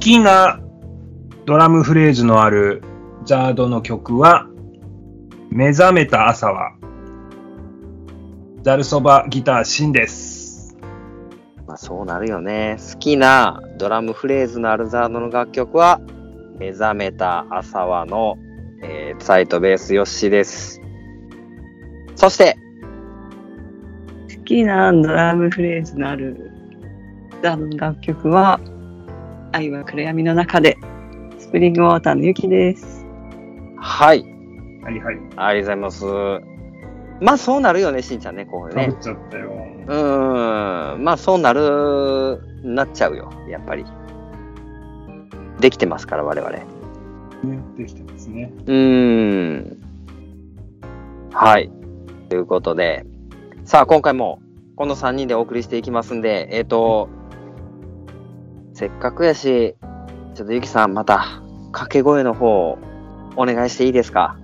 きなドラムフレーズのあるジャードの曲は、目覚めた朝は、ザルそばギターシンです。まあそうなるよね。好きなドラムフレーズのアルザードの楽曲は、目覚めた朝はの、えー、サイトベースヨッシーです。そして、好きなドラムフレーズのあるザードの楽曲は「愛は暗闇の中で」スプリングウォーターのゆきです。はい、はいはい。ありがとうございます。まあそうなるよね、しんちゃんね、ここでかねぶ。っちゃったよ。うーん、まあそうなる、なっちゃうよ、やっぱり。できてますから、我々。ね、できてますね。うーん。はい。ということで、さあ、今回もこの3人でお送りしていきますんで、えっ、と、せっかくやし、ちょっとゆきさん、また掛け声の方をお願いしていいですか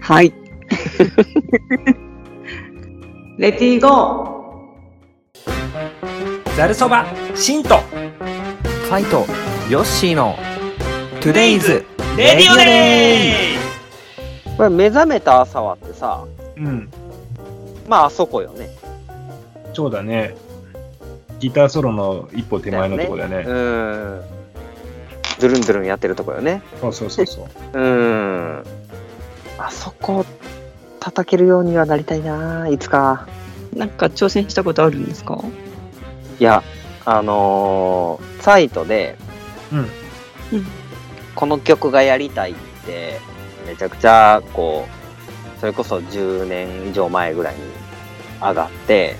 はい。 レディーゴザルそば、シンと、ファイトヨッシーのトゥデイズ、レディオデイこれ、目覚めた朝はってさ、うん、まあ、あそこよね。そうだね。ギターソロの一歩手前のとこだようね。ーん。ドゥルンドゥルンやってるとこよね。そうそうそうそう。うーん。あそこ、叩けるようにはなりたいな、いつか。ーなんか挑戦したことあるんですかいや、あのーサイトで、うんうんこの曲がやりたいって、めちゃくちゃ、こう、それこそ10年以上前ぐらいに上がって、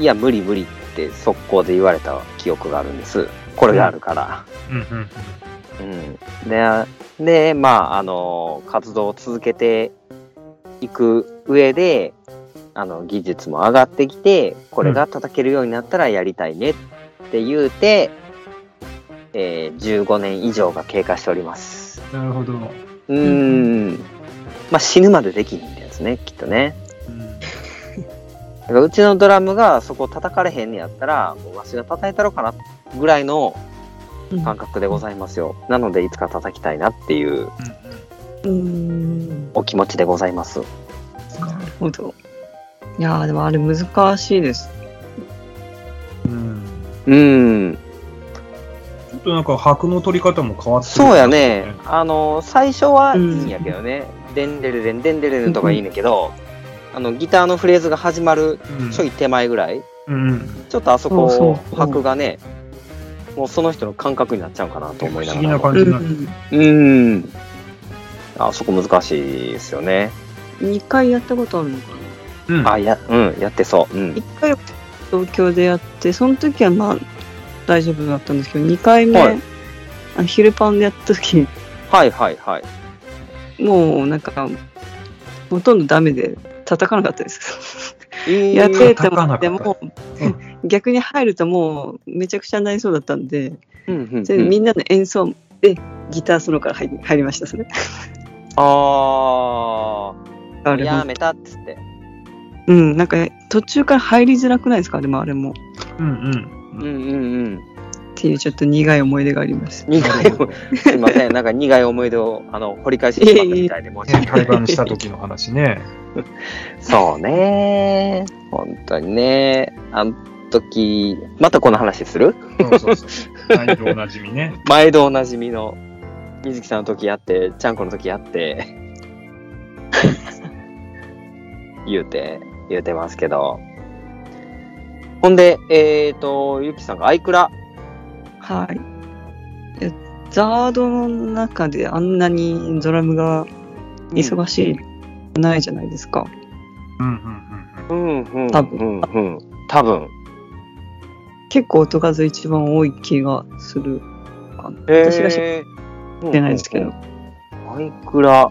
いや、無理無理って速攻で言われた記憶があるんです。これがあるから。 うんうん。うん。で、あでまあ、あのー活動を続けていく上で、あの、技術も上がってきて、これが叩けるようになったらやりたいねって言うて、えー15年以上が経過しております。なるほど。うんうーん。まあ、死ぬまでできひんってやつね、きっとね。だからうちのドラムがそこ叩かれへんねやったら、もうわしが叩いたろかなぐらいの感覚でございますよ。なので、いつか叩きたいなっていううーんなお気持ちでございます。るほど。いやーでもあれ難しいです。うんうん。ちょっとなんか拍の取り方も変わってるそうやね。あの、最初はいいんやけどね。でんでれれん、でんでれれんとかいいねんけど、あの、ギターのフレーズが始まるうんちょい手前ぐらい、うんちょっとあそそうこそう、そう拍がね、もうその人の感覚になっちゃうかなと思い不な思が議なら。感じになる。うん。あそこ難しいですよね。 2回やったことあるのかなうんあ、や、うん、やってそう。うん。一回東京でやってその時はまあ大丈夫だったんですけど2回目、はいあ昼パンでやった時はいはいはい。もうなんかほとんどダメで叩かなかったですえーやっててもで叩かなも、逆に入るともうめちゃくちゃなりそうだったんで、うんうんでうんみんなの演奏でギターソロから入り入りましたそれああー、れやもめたっつって。うんなんか途中から入りづらくないですかでもあれもっうんううんん。うんうん。ていうちょっと苦い思い出があります苦いもすいま せん、なんか苦い思い出をあの掘り返してしまったみたいで申ねし訳な対い。バンした時の話ね。 そうね、本当にね、あの時、またこの話するそうそうそう。毎度おなじみね。毎度おなじみの水木さんの時やって、ちゃんこの時やって、 言うて、言うてますけど。ほんで、えっ、ー、と、ゆきさんがアイクラ。はい。えザードの中であんなにドラムが忙しいないじゃないですか。うんうんうんうん、多分、うんうん、多分。結構音数一番多い気がする。私が知っえーてないですけど。。マイクラ。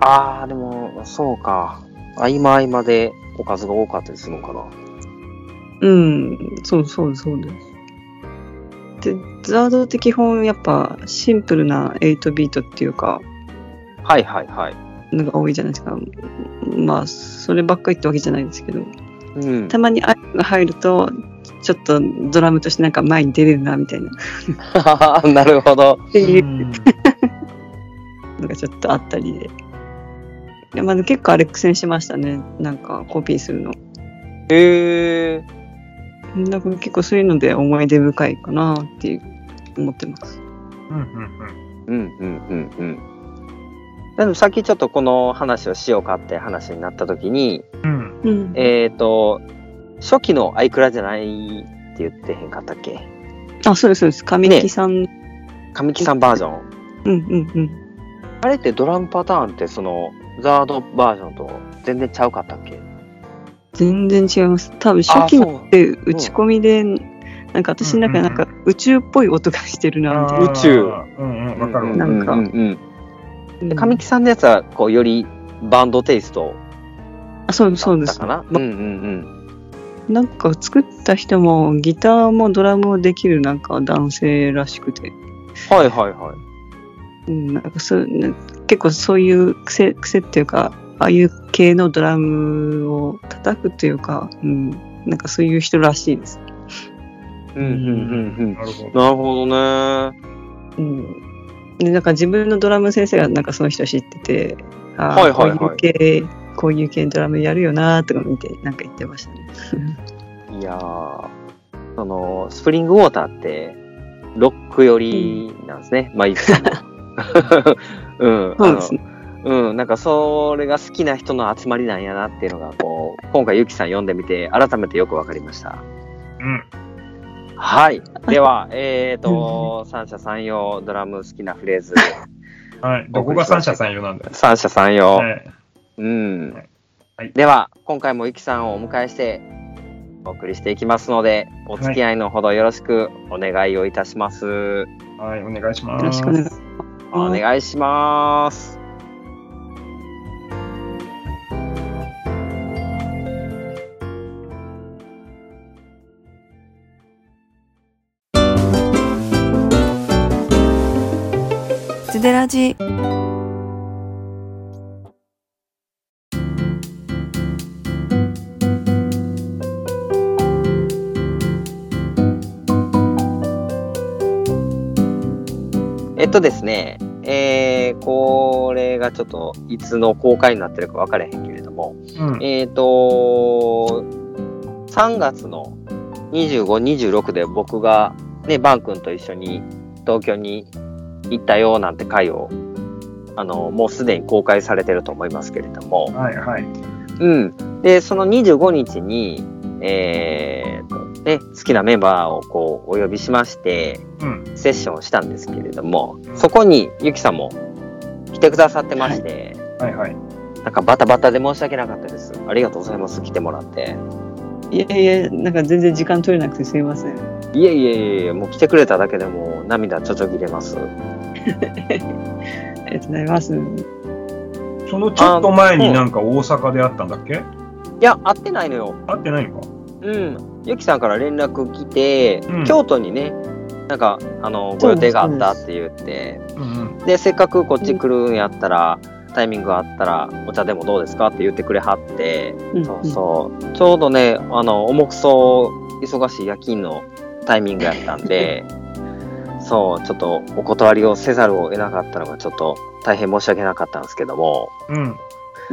あー、でも、そうか。合間合間でおかずが多かったりするのかな。うん、そうそうそうです。で、ザードって基本やっぱシンプルな8ビートっていうか、はいはいはい。のが多いじゃないですか。まあ、そればっかりってわけじゃないですけど、うんた。まにあが入ると、ちょっとドラムとしてなんか前に出れるなみたいな なるほど。っていううんのがちょっとあったりで。いやまあ、でも結構あれ苦戦しましたね。なんかコピーするの。へえ。だから結構そういうので思い出深いかなっていう思ってます。うんうんうんうんうんうん。でもさっきちょっとこの話をしようかって話になった時に、うんうん。えっ、と、初期のアイクラじゃないって言ってへんかったっけあ、そうです、そうです。神木さん。神木さんバージョン。うんうんうん。あれってドラムパターンってそのザードバージョンと全然ちゃうかったっけ全然違います。多分初期あそのうって打ち込みで、なんか私の中でなんうか宇宙っぽい音がしてるなみたいあな。ー宇宙うんうんわかるわかなるんかううんうんで神木さんのやつはこうよりバンドテイストあそうです、だそうっでたすか。な。うんうんなんか作った人もギターもドラムもできるなんか男性らしくて。うん。はいはいはい。うん、なんかそうね結構そういう癖癖っていうかああいう系のドラムを叩くというか、うん、なんかそういう人らしいです。うんうんうんうん。なるほどなるほどね。うん、でなんか自分のドラム先生がなんかその人知ってて、あーはいはいはいこういう系こういう系のドラムやるよなーとか見てなんか言ってましたね。いやー、その、スプリングウォーターって、ロック寄りなんですね。まあ、いいですけどうん。そうですね。あのうん、なんかそれが好きな人の集まりなんやなっていうのがこう今回ゆきさん読んでみて改めてよくわかりましたうんはいではえーと三者三様ドラム好きなフレーズはいどこが三者三様なんだよ三者三様、はいうん、はいでは今回もゆきさんをお迎えしてお送りしていきますのでお付き合いのほどよろしくお願いをいたします、はいお願いしますよろしくお願いしおます。願いしますつでらじえっとですねえー、これがちょっといつの公開になってるか分からへんけれどもうんえっ、と3月の2526で僕がねバン君と一緒に東京に行ったよなんて回をあのもうすでに公開されてると思いますけれども、はいはいうん、でその25日に、えーとね、好きなメンバーをこうお呼びしましてうんセッションをしたんですけれどもうんそこにゆきさんも来てくださってまして、はいはいなんかバタバタで申し訳なかったですありがとうございます来てもらっていやいやなんか全然時間取れなくてすいません。いえいえいえもう来てくれただけでもう涙ちょちょぎれますありがとうございます。そのちょっと前になんか大阪で会ったんだっけいや会ってないのよ会ってないのかうんゆきさんから連絡来て、うん京都にねなんかあのご予定があったって言ってうんうんでせっかくこっち来るんやったら、タイミングあったらお茶でもどうですかって言ってくれはって、うんそうそうちょうどねあの重くそう忙しい夜勤のタイミングやったんでそうちょっとお断りをせざるを得なかったのがちょっと大変申し訳なかったんですけども、うんうん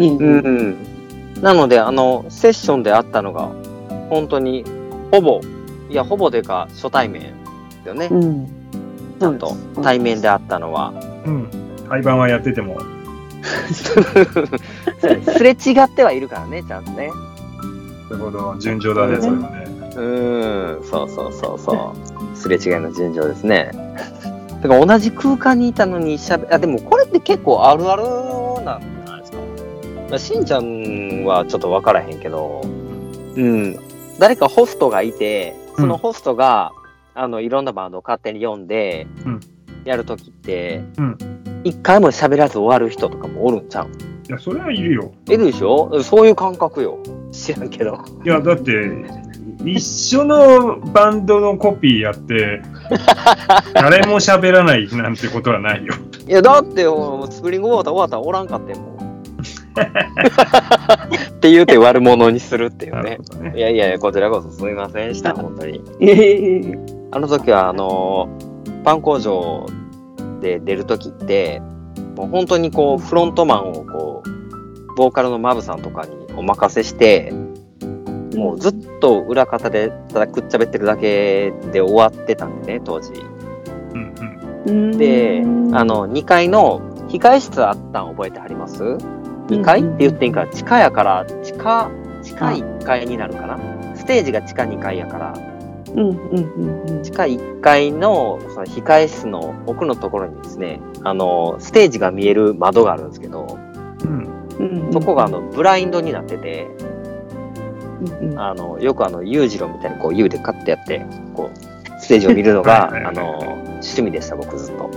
いいうんうん、なのであのセッションであったのが本当にほぼいやほぼでか初対面ですよね、うん。ちゃんと対面であったの は。うん廃盤はやっててもすれ違ってはいるからね、ちゃんとね。なるほど順調だねそれはねうん、そうそうそうそう。 すれ違いの順序ですね。 だから同じ空間にいたのにしゃべあ、でもこれって結構あるあるなんじゃないですか。まあしんちゃんはちょっとわからへんけど、うん、誰かホストがいて、そのホストが、あのいろんなバンドを勝手に読んで、うんやるときってうん、一、回も喋らず終わる人とかもおるんちゃういやそれはいるよいるでしょそういう感覚よ。知らんけど。いやだって一緒のバンドのコピーや って誰も喋らない なんてことはないよ。いやだってよスプリングウォーター終わったらおらんかってんもんって言うて悪者にするっていなうるねほ。どねい。やいやいや、こちらこそすみませんでした、本当に。いえいえあの時は、あの、パン工場で出る時って、もう本当にこう、フロントマンをこう、ボーカルのマブさんとかにお任せして、もうずっと裏方でただくっちゃべってるだけで終わってたんでね、当時。うんうんうんで、あの、の、2階の控室あったん覚えてはります ?2 階って言っていいんか、地下やから、地下、地下1階になるかな。ステージが地下2階やから、うんうんうんうん地下1階のその控室の奥のところにですね、あの、ステージが見える窓があるんですけど、うんうんうん、そこがあの、ブラインドになってて、うんうん、あの、よくあの、裕次郎みたいにこう、U でカッてやって、こう、ステージを見るのが、 はいはいはあいの、趣味でした、僕ずっと。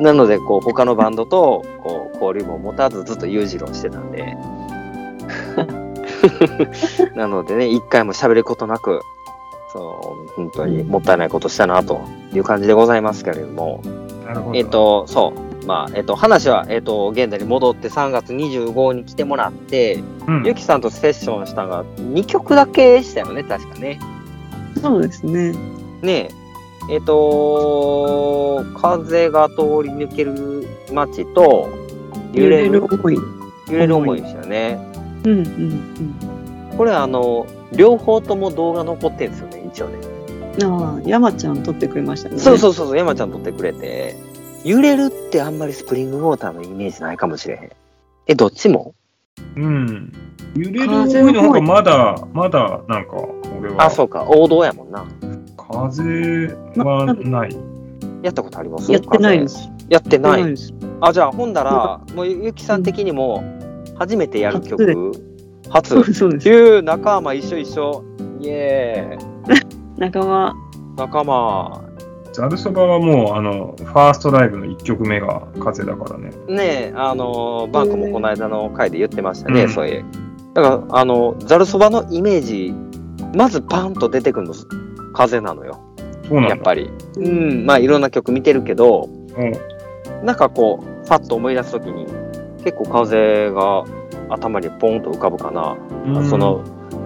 うん なので、こう、他のバンドと、こう、交流も持たず、ずっと裕次郎してた んで。なのでね、一回も喋ることなく、そう、本当にもったいないことしたな、という感じでございますけれども。なるほど。えっ、、と、そう。まあ、えっ、と、話は、えっ、と、現在に戻って3月25に来てもらって、うん、ゆきさんとセッションしたのが2曲だけしたよね、確かね。そうですね。ねえ、えっ、と風が通り抜ける街と、揺れる、思い。揺れる思いですよね。うんうんうん。これあの、両方とも動画残ってるんですよね、一応ね。ああ、山ちゃん撮ってくれましたね。そうそうそうそう、山ちゃん撮ってくれて。揺れるってあんまりスプリングウォーターのイメージないかもしれへん。え、どっちもうん。揺れる思いの方がまだ、まだ、なんか、俺は。あ、そうか、王道やもんな。風はない。やったことありますやってないんです。やってなやってい。ですあ、じゃあ、ほんだら、もうゆきさん的にも、初めてやる曲、初そう。そうです。ゆう、仲間一緒一緒。イエーイ。仲間。仲間。ザルそばはもう、あの、ファーストライブの1曲目が風だからね。ねえ、あの、バンクもこの間の回で言ってましたね、うんそういう。だから、あの、ざるそばのイメージ、まずパンと出てくるの、風なのよ、そうなんだ。やっぱり。うん、まあ、いろんな曲見てるけど、うんなんかこう、パッと思い出すときに、結構風が頭にポンと浮かぶかな。うんその、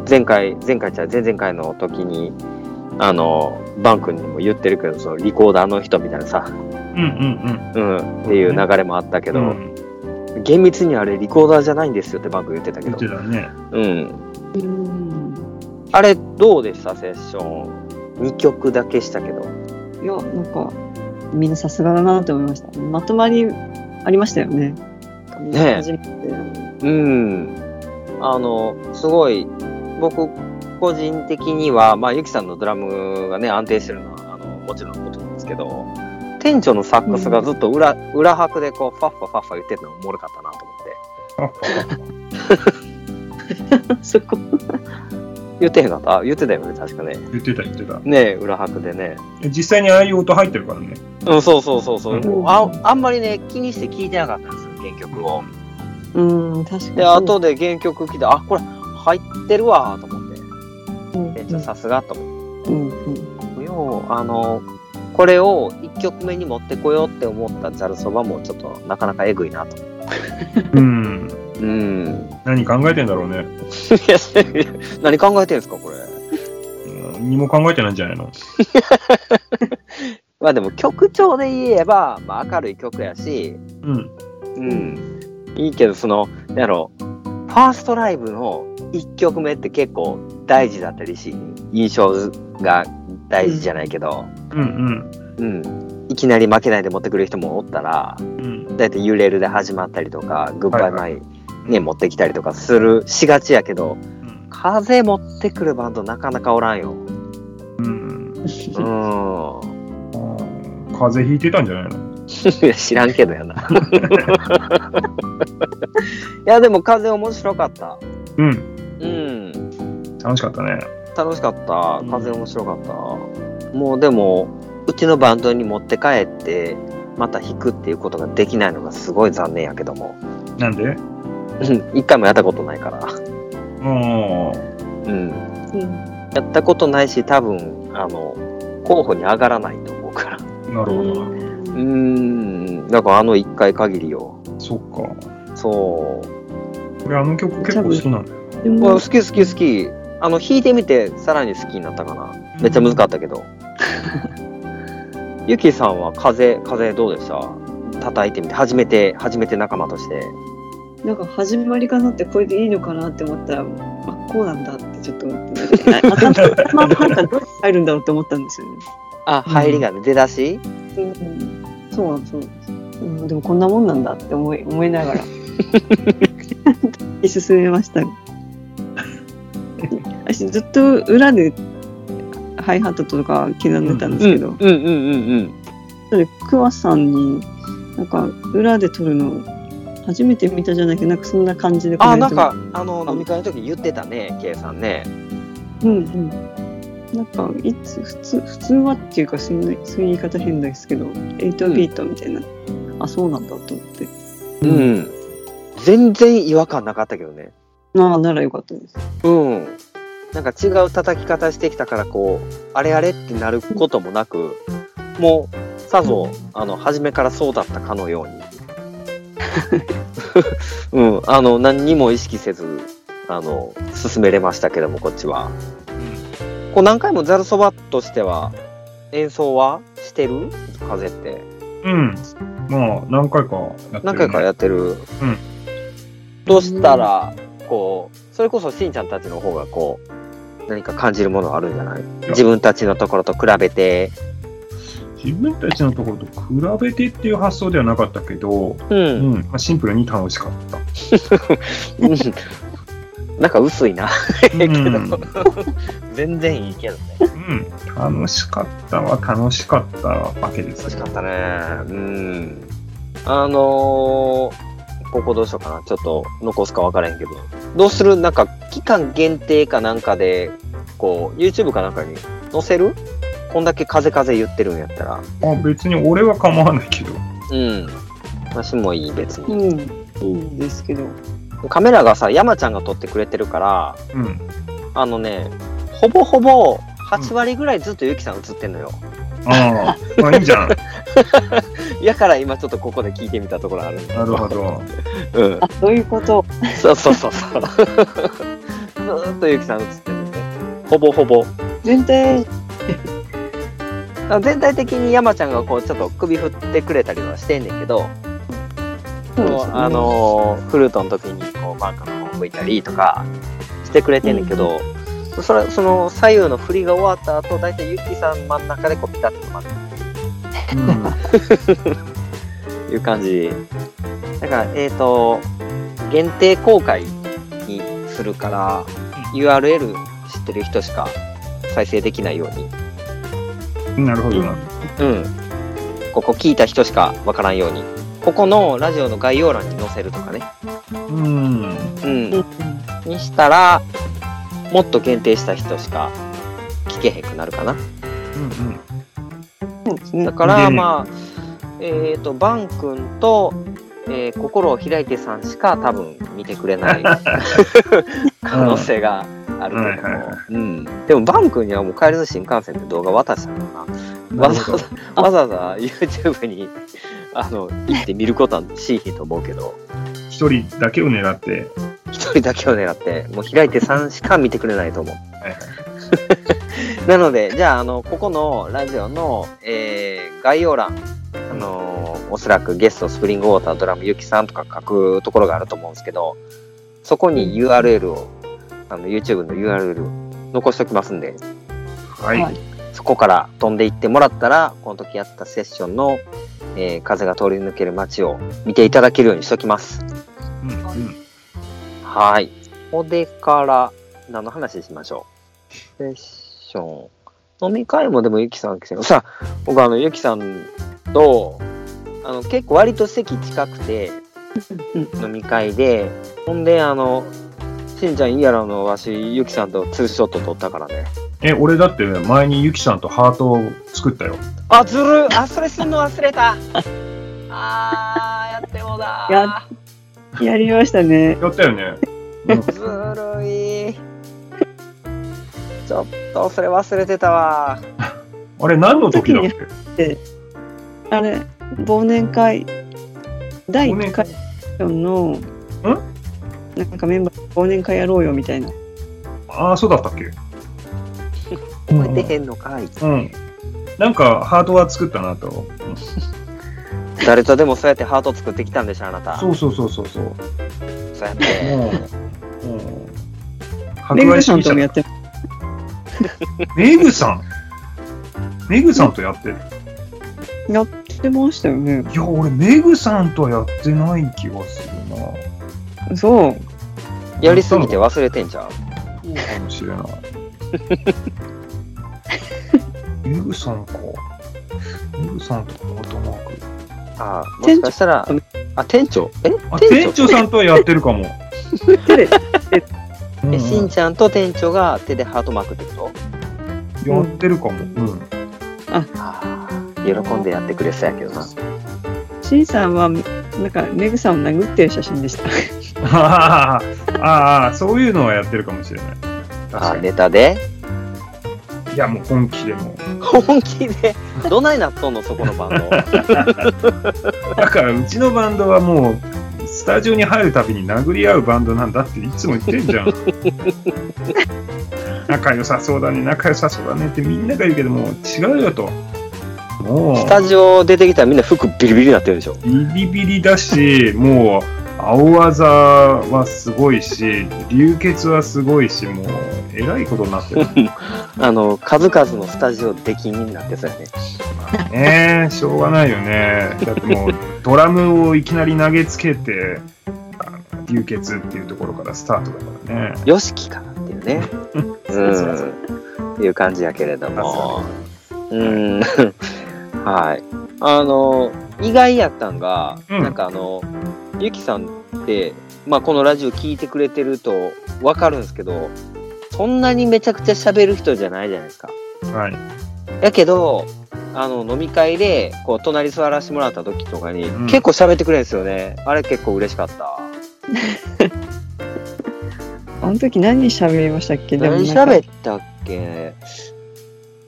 前回、前回じゃない前々回の時に、あの、バン君にも言ってるけど、そのリコーダーの人みたいなさ、うんうんうん、っていう流れもあったけうど、ん。うん、厳密にあれリコーダーじゃないんですよってバン君言ってたけ言って、どたね。うん。うん。あれ、どうでしたセッション。2曲だけしたけど。いや、なんか、みんなさすがだなって思いました。まとまりありましたよね。ねえ初めて。 うん。あの、すごい、僕、個人的には、まあ、ゆきさんのドラムがね、安定してるのは、あの、もちろんのことなんですけど、店長のサックスがずっと裏、裏拍でこう、ファッファファッファ言ってるのがおもろかったなと思って。あそこ。言ってへんかった言ってたよね、確かね。言ってた言ってた。ねえ裏拍でね。実際にああいう音入ってるからね。うん、そうそうそうそう。うんああんまりね、気にして聞いてなかったんですよ、原曲を。うん、確かに。で、後で原曲聞いて、あ、これ入ってるわ、と思って。うん、店長さすがと思って。うん、うん。ようあのこれを1曲目に持ってこようって思ったざるそばもちょっとなかなかえぐいなと。うん。うん何考えてんだろうね。いや 何考えてるんですかこれ。うん何も考えてないんじゃないのまあでも曲調で言えば、まあ、明るい曲やし、うん。うん、いいけどそのなんやろファーストライブの1曲目って結構大事だったりし印象が大事じゃないけど、うんうん、いきなり負けないで持ってくる人もおったらうん。うん。だいたい揺れるで始まったりとか、グッバイマイ、いね、持ってきたりとかするしがちやけど、うん風持ってくるバンドなかなかおらんよ。うん。うん。 あー風邪ひいてたんじゃないのいや知らんけどやな。 いや、でも風面白かった。うん。うん。楽しかったね。楽しかった。風面白かった。もうでも、うちのバンドに持って帰って、また弾くっていうことができないのがすごい残念やけども。なんでうん一回もやったことないから。もうん。やったことないし、多分、あの、候補に上がらないと思うから。う、なるほどな。うーん、なんかあの一回限りよ。そっか。そう。俺あの曲結構好きなんだよ。であ好も、き好き好き。あの、弾いてみて、さらに好きになったかな。めっちゃ難かったけど。ゆきさんは風、風どうでした叩いてみて、初めて、初めて仲間として。なんか始まりかなってこれでいいのかなって思ったら、あ、こうなんだってちょっと思って、ね、頭の中どう入るんだろうって思ったんですよね。あ、入りがね、出だしうん、そうなんですそうなんです、うん、でもこんなもんなんだって思い思いなが ら進めました私ずっと裏でハイハットとか刻んでたんですけど、うんうんうんうん。それクワさんになんか裏で撮るの初めて見たじゃないけどなんかそんな感じであ、コメなンんトか、あの、飲み会の時言ってたね、ケイさんね。うんうんなんかいつ普通普通はっていうかそういうそういう言い方変ですけど8ビートみたいな、あそうなんだと思ってうん。全然違和感なかったけどね。ああならよかったですうん。なんか違う叩き方してきたから、こう、あれあれってなることもなく、もう、さぞ、あの、初めからそうだったかのように。 うん、あの、何にも意識せず、あの、進めれましたけども、こっちは。こう、何回もザルそばとしては、演奏はしてる風って。うん。もう何回かやってる、何回かやってる。うんどうしたら、こう、それこそしんちゃんたちの方がこう、何か感じるものあるんじゃない自分たちのところと比べて。自分たちのところと比べてっていう発想ではなかったけど、うう。んんまあ、シンプルに楽しかった。 なんか薄いな。う けどん、全然いいけどね。うん楽しかったは楽しかったわけです楽しよかったね。うん。あのーここどうしようかな。ちょっと残すか分からへんけど。どうするなんか、期間限定かなんかで、こう、YouTube かなんかに載せるこんだけ風風言ってるんやったら。あ別に俺は構わないけど。うん。私もいい、別うに。ん、いいんですけど。カメラがさ、山ちゃんが撮ってくれてるから、うん。あのね、ほぼほぼ8割ぐらいずっとゆきさん映ってんのよ。ああ、まあいいじゃん。やから今ちょっとここで聞いてみたところあるんだなるほど。うんあ、。そういうこと。そうそうそうそう。ずーっとゆきさん映ってるんで。ほぼほぼ。全体、全体的に山ちゃんがこうちょっと首振ってくれたりはしてんねんけど、そうですねこうあ、のーフルートの時にこうマーカーの方向いたりとかしてくれてんねんけど、それその左右の振りが終わった後大体ゆきさん真ん中でこうピタッと止まるうんっていう感じだからえっ、と限定公開にするから、URL 知ってる人しか再生できないようになるほどな。うん。ここ聞いた人しかわからんように。ここのラジオの概要欄に載せるとかね。うん。うんうん。にしたら、もっと限定した人しか聞けへんくなるかな。うんそうですね。だかうら、んまあ、えっ、と、バン君と、えー心を開いてさんしか多分見てく れない可能性があるけどはいはいもはい。うん。でも、バン君にはもう帰りの新幹線で動画渡したからな。うん。なわるざほわどざ、わざわざ YouTube に、あの、行って見ることはしいひんと思うけど。一人だけを狙って。一人だけを狙って、もう開いて3しか見てくれないと思う。はいはいなので、じゃあ、あの、ここのラジオの、えー概要欄、あのーおそらくゲスト、スプリングウォーター、ドラム、ゆきさんとか書くところがあると思うんですけど、そこに URL を、あの、YouTube の URL を残しておきますんで、はい。はいそこから飛んでいってもらったら、この時やったセッションの、えー風が通り抜ける街を見ていただけるようにしときます。うんうんはい。これから、何の話しましょう。セッション。飲み会もでもゆきさん来てさ、僕あの、ゆきさんと、あの、結構割と席近くて、うん飲み会で、ほんで、あの、しんちゃんいいやろのわし、ゆきさんとツーショット撮ったからね。え、俺だって前にゆきさんとハートを作ったよ。あ、ずるあ、それすんの忘れ たあー、やってもうだややりましたね。やったよね。うんずるい。ちょっと、それ忘れてたわ。あれ何の時だっけあれ、忘年会、第忘年1会回の、なんかメンバー忘年会やろうよみたいな。ああ、そうだったっけ覚えてへんのかい。うん。なんか、ハートは作ったなと。うん誰とでもそうやってハート作ってきたんでしょ、あなた。そうそうそうそうそう。もそうやって。う、もう、メ博グ愛主さん義と者もやってる。メグさんメグさんとやってる。やってましたよね。いや、俺、メグさんとはやってない気がするな。そう。やりすぎて忘れてんじゃん。そうかもしれな い。メグさんか。メグさんとかアートマーク。ああ、もしかしたら店、あ、店長えあ、店店長長さんとはやってるか も。テレうんうえ、しんんちゃんと店長が手でハートマークってことやってるかも。うん。 ああ、喜んでやってくれそうやけどな。シンさんは、なんかメグさんを殴ってる写真でした。あーあー、そういうのはやってるかもしれない。確あかーネタでに。いや、もう本気でもう。本気で、どないなっとんの、そこのバンド。だから、うちのバンドはもう、スタジオに入るたびに殴り合うバンドなんだっていつも言ってん じゃん。仲良さそうだね、仲良さそうだねってみんなが言うけど、もう違うよと。もう。スタジオ出てきたらみんな服ビリビリになってるでしょ。ビリビリだし、もう、青技はすごいし、流血はすごいし、もう、えらいことになってるあの、数々のスタジオ出禁になってそうやね。ね。しょうがないよね。だってもう、ドラムをいきなり投げつけて、あの流血っていうところからスタートだからね。よしきかなっていうね。そうそうそううん。いう感じやけれども。うん。はい。あの、意外やったんが、うんなんかあの、ゆきさんって、まあこのラジオ聞いてくれてるとわかるんですけど、そんなにめちゃくちゃ喋る人じゃないじゃないですか。はい。やけど、あの、飲み会で、こう、隣座らせてもらった時とかに、うん結構喋ってくれるんですよね。あれ結構嬉しかった。あの時何喋りましたっけでも何なんか喋ったっけ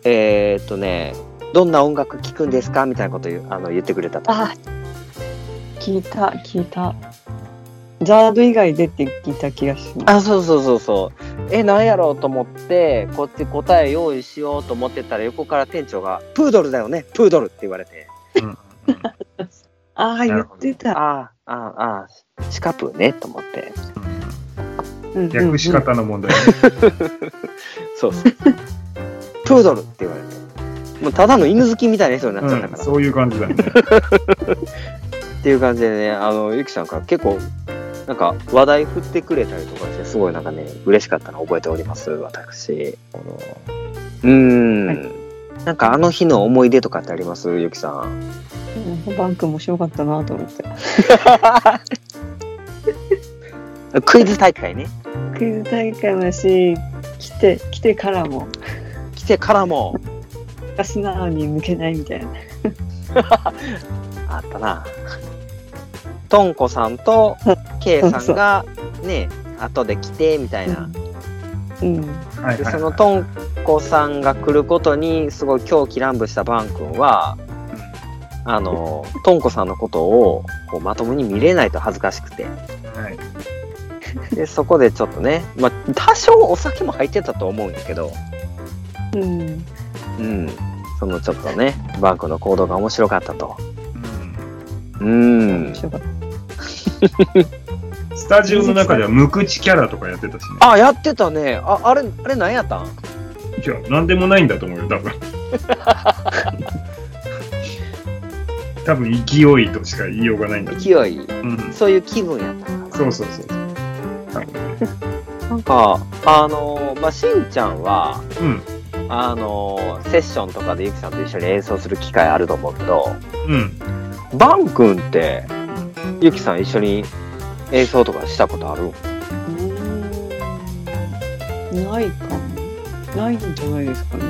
えー、っとね、どんな音楽聴くんですかみたいなこと言うあの言ってくれたと。あ聞いた、聞いた。ザード以外でって聞いた気がします。あ、そうそうそうそう。え、なんやろうと思って、こっち答え用意しようと思ってたら、横から店長が、プードルだよね、プードルって言われて。うんああ、言ってた。ああ、ああ、シカプーね、と思って。うんうんうん略し方の問題ね。そう そう。プードルって言われて。もうただの犬好きみたいな人になっちゃったうかん、ら。そういう感じだよね。っていう感じでね、あの、ゆきさんから結構、なんか話題振ってくれたりとかして、すごいなんかね、嬉しかったのを覚えております、私。うーん。はなんかあの日の思い出とかってありますゆきさん。うんバンク面白かったなと思って。クイズ大会ね。クイズ大会もだし、来て、来てからも、来てからも、素直に向けないみたいな。あったな。とんこさんと、けいさんが、ね、後で来て、みたいな。うん。はいはいではいそのとんこさんが来ることにすごい狂気乱舞したバン君はあのとんこさんのことをこうまともに見れないと恥ずかしくてはいでそこでちょっとね、まあ、多少お酒も入ってたと思うんやけど、うん。うん、そのちょっとねバン君の行動が面白かったとうんうん面白かった。スタジオの中では無口キャラとかやってたしね。あやってたねああれあれ何やったんいや、なんでもないんだと思うよ、 多分。多分勢いとしか言いようがないんだと勢い思う。うん、そういう気分やったんかなそうそうそう。多分ねなんかあのまあしんちゃんはうん、あのセッションとかでゆきさんと一緒に演奏する機会あると思うけどうん。バン君ってゆきさん一緒に演奏とかしたことあるうん。ないかも。ないんじゃないですかね。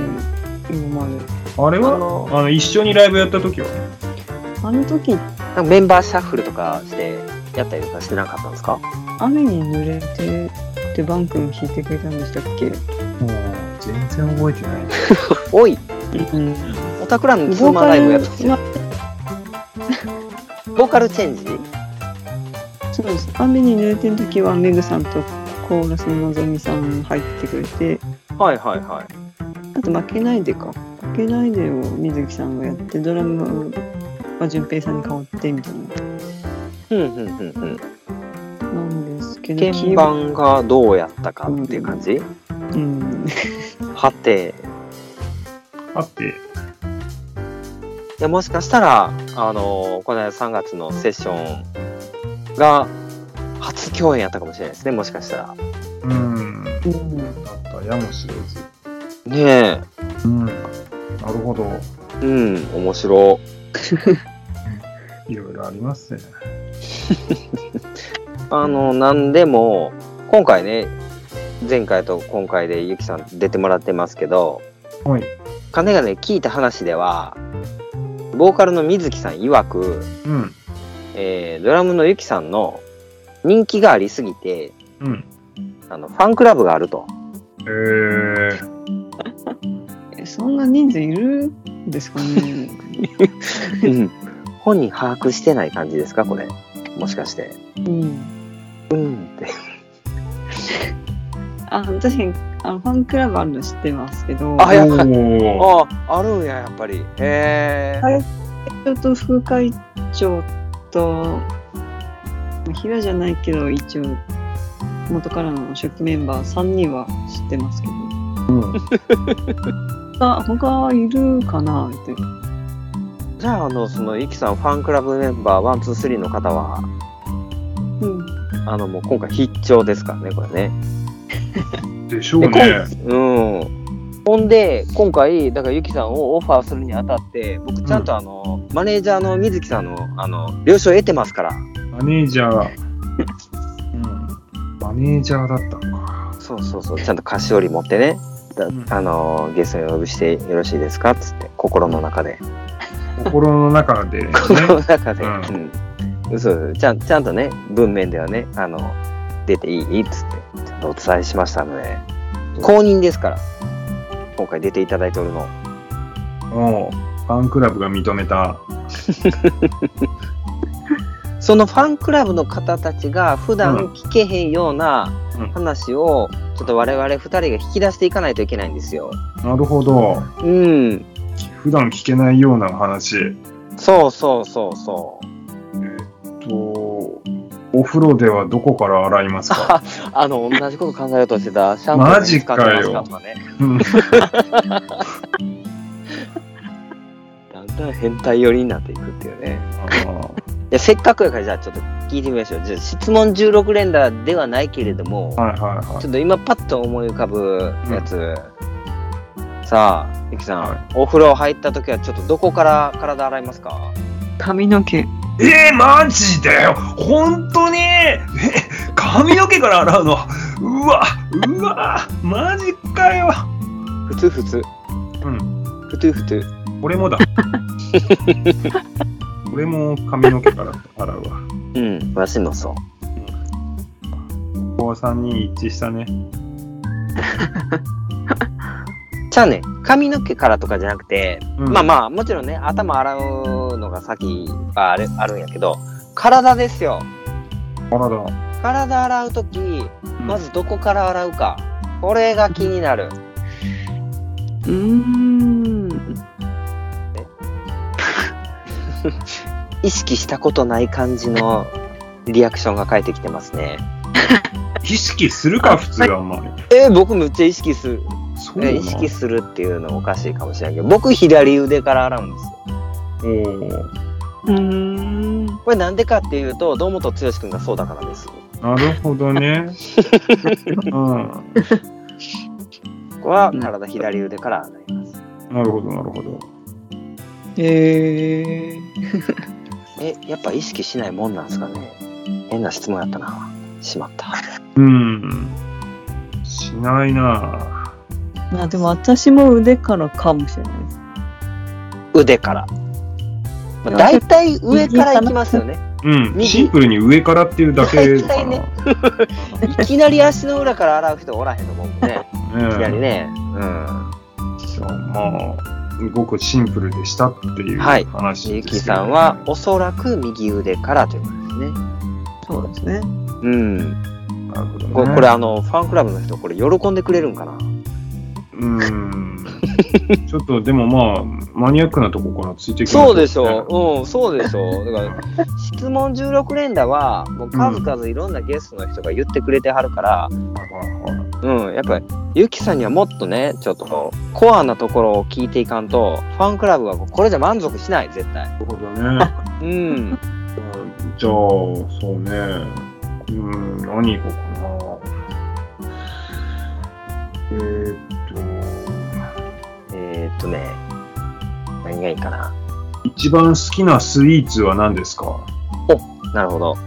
今まで。あれあはのあの、一緒にライブやった時はあのな時、んかメンバーシャッフルとかしてやったりとかしてなかったんですか雨に濡れて、で、バン君弾いてくれたんでしたっけもう、全然覚えてない。おいうん。オタクラのツーマンライブやったボボーカルーカルチェンジそうそうです雨に濡れてる時はメグさんとコーラスののぞみさん入ってくれてはいはいはい。あと負けないでか負けないでを水木さんがやってドラムは順平さんに変わってみたいうんうんうんうん。ななんですけど鍵盤がどうやったかっていう感じ、うんはてあって、いやもしかしたらあのこの間3月のセッションが初共演やったかもしれないですねもしかしたらうん。だうんったやもしれず。ねうん。なるほど。えうん面白いろいろありますね。あのなんでも今回ね前回と今回でゆきさん出てもらってますけどはい。金がね聞いた話ではボーカルの水木さん曰く、うん。えードラムのゆきさんの人気がありすぎてうん。あのファンクラブがあるとえー、えそんな人数いるんですかねうん本人把握してない感じですかこれもしかして うんうんってあ確かにあのファンクラブあるの知ってますけどあやっぱおーああるんややっぱりへえはい長と副会長と平じゃないけど一応元からの初期メンバー3人は知ってますけどうん。他他いるかなってじゃああのそのゆきさんファンクラブメンバー123の方はうんあのもう今回必聴ですからねこれねでしょうね。うんほんで今回だからゆきさんをオファーするにあたって僕ちゃんとあの、マネージャーの水木さんのあの了承得てますからマネージャー。うん。マネージャーだったのか。そうそうそうちゃんと菓子折り持ってねだうんあのゲストにお呼びしてよろしいですかっつって心の中で心の中で ね。心の中で、ううんんそうそうちゃんちゃんとね文面ではねあの出ていいっつってちゃんとお伝えしましたので公認ですから今回出ていただいておるのもう、ファンクラブが認めた。そのファンクラブの方たちが普う段聞けへんようなうん話をちょっと我々2人が引き出していかないといけないんですよ。なるほど。うん普段聞けないような話。えそうそうそうそう。っと、お風呂ではどこから洗います かあの同じこと考えようとしてたシャンプーマジ何か使ってまよすかとかねうんだんだん変態寄りになっていくっていうね。あいやせっかくやからじゃあちょっと聞いてみましょうじゃあ質問16連打ではないけれども、ーはいはいはちょっと今パッと思い浮かぶやつ、さあゆきさん、はお風呂入った時はちょっとどこから体洗いますか髪の毛い。えー、マジで本当にえ髪の毛から洗うのうわ、うわ、マジかよ。ふつふつうん、ふつふつ俺もだ。 俺も髪の毛から洗うわ。うんわしもそうここ3人一致したね。じゃあね髪の毛からとかじゃなくて、うんまあまあもちろんね頭洗うのが先はあるあるんやけど体ですよ体。体洗う時うんまずどこから洗うか、これが気になるうーん意識したことない感じ のリアクションが返ってきてますね。意識するか、普通はあんまり。えー僕めっちゃ意識する、そうえなー意識するっていうのおかしいかもしれないけど、僕左腕から洗うんですよ。おーうーんこれなんでかっていうと、堂本剛くんがそうだからです。なるほど ね。うん。僕は体左腕から洗います。なるほど、なるほど。へええ、やっぱ意識しないもんなんですかね。変な質問やったな。しまった。うん。しないなまあでも私も腕からかもしれないです腕から。まあ、大体上から行きますよね。うん。右シンプルに上からっていうだけ大か体な。ねいきなり足の裏から洗う人おらへんと思 うんでね。いきなりねね。うん。そうまあ、ごくシンプルでしたっていうはい話ゆですよねきさんはおそらく右腕からということですね。そうですね。うん。なるほど、ね。ここれ、あの、ファンクラブの人、これ喜んでくれるんかな。うーん。ちょっとでもまあ、マニアックなとこからついてきますねそうでしょう。うん、そうでしょう。だから、質問16連打は、もう数々いろんなゲストの人が言ってくれてはるから、はいはいうん、やっぱり、ゆきさんにはもっとね、ちょっとこう、コアなところを聞いていかんと、ファンクラブはこれじゃ満足しない、絶対。なるほどね。うん。じゃあ、そうね。うん、何行こうかな。えー、っえーっとね、何がいいかな。と、一番好きなスイーツは何ですかなるほど。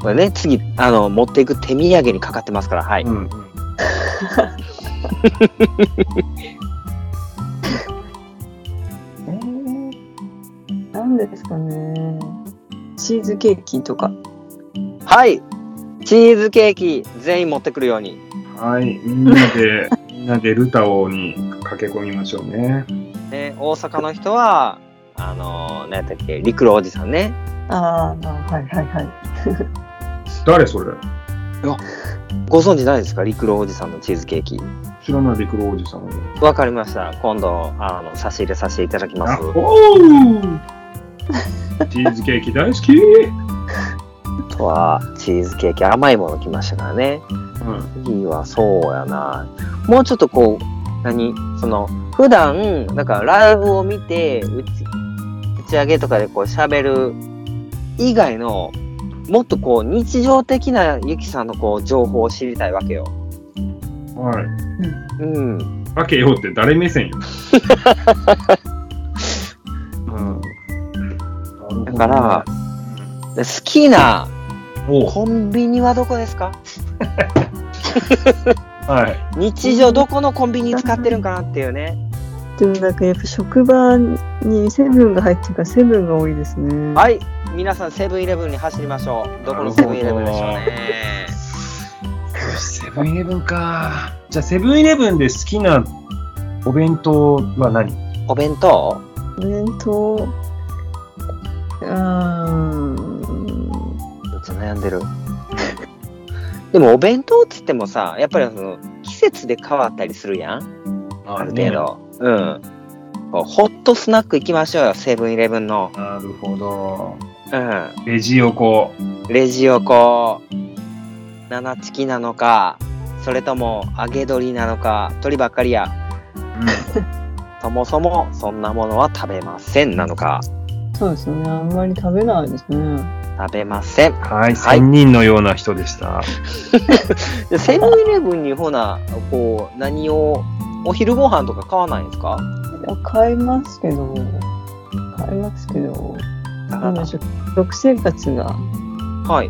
これね、次、あの、持っていく手土産にかかってますから、はい。うん。えー、何ですかね。チーズケーキとか。はいチーズケーキ、全員持ってくるように。はい、みんなで、みんなでルタオに駆け込みましょうね。ね、大阪の人は、あの、何やったっけ、陸路おじさんね。ああ、はいはいはい。誰それご存知ないですか陸路おじさんのチーズケーキ。知らない陸路おじさん。わかりました。今度、あの、差し入れさせていただきまあす。おー チーズケーキ大好きうあとは、チーズケーキ、甘いもの来ましたからね。ん。次はそうやなもうちょっとこう何その普段なんかライブを見て打ち打ち上げとかでこう喋る以外のもっとこう日常的なゆきさんのこう情報を知りたいわけよ。はい。うん。わけよって誰目線よ。 うん。なるほどねだから、で好きなおうコンビニはどこですかはい。日常どこのコンビニ使ってるんかなっていうね。でもなんかやっぱ職場にセブンが入ってるからセブンが多いですね。はい。皆さんセブンイレブンに走りましょう。どこのセブンイレブンでしょうね。セブンイレブンか。じゃあ、セブンイレブンで好きなお弁当は何お弁当お弁当。うーん。めっちゃ悩んでる。 でもお弁当っつってもさ、やっぱりその季節で変わったりするやん、あある程。度。うん。ホットスナック行きましょうよ、セブンイレブンの。なるほど。うん。レジ横。レジ横、七チキなのか、それとも揚げ鶏なのか、鶏ばっかりや。そもそもそんなものは食べませんなのか、そうですね。あんまり食べないですね。食べません。はい、はい仙人のような人でした。でセブンイレブンにほな、こう、何を、お昼ご飯とか買わないんですかいや買いますけど、買いますけど、なんでしょう食生活がはい。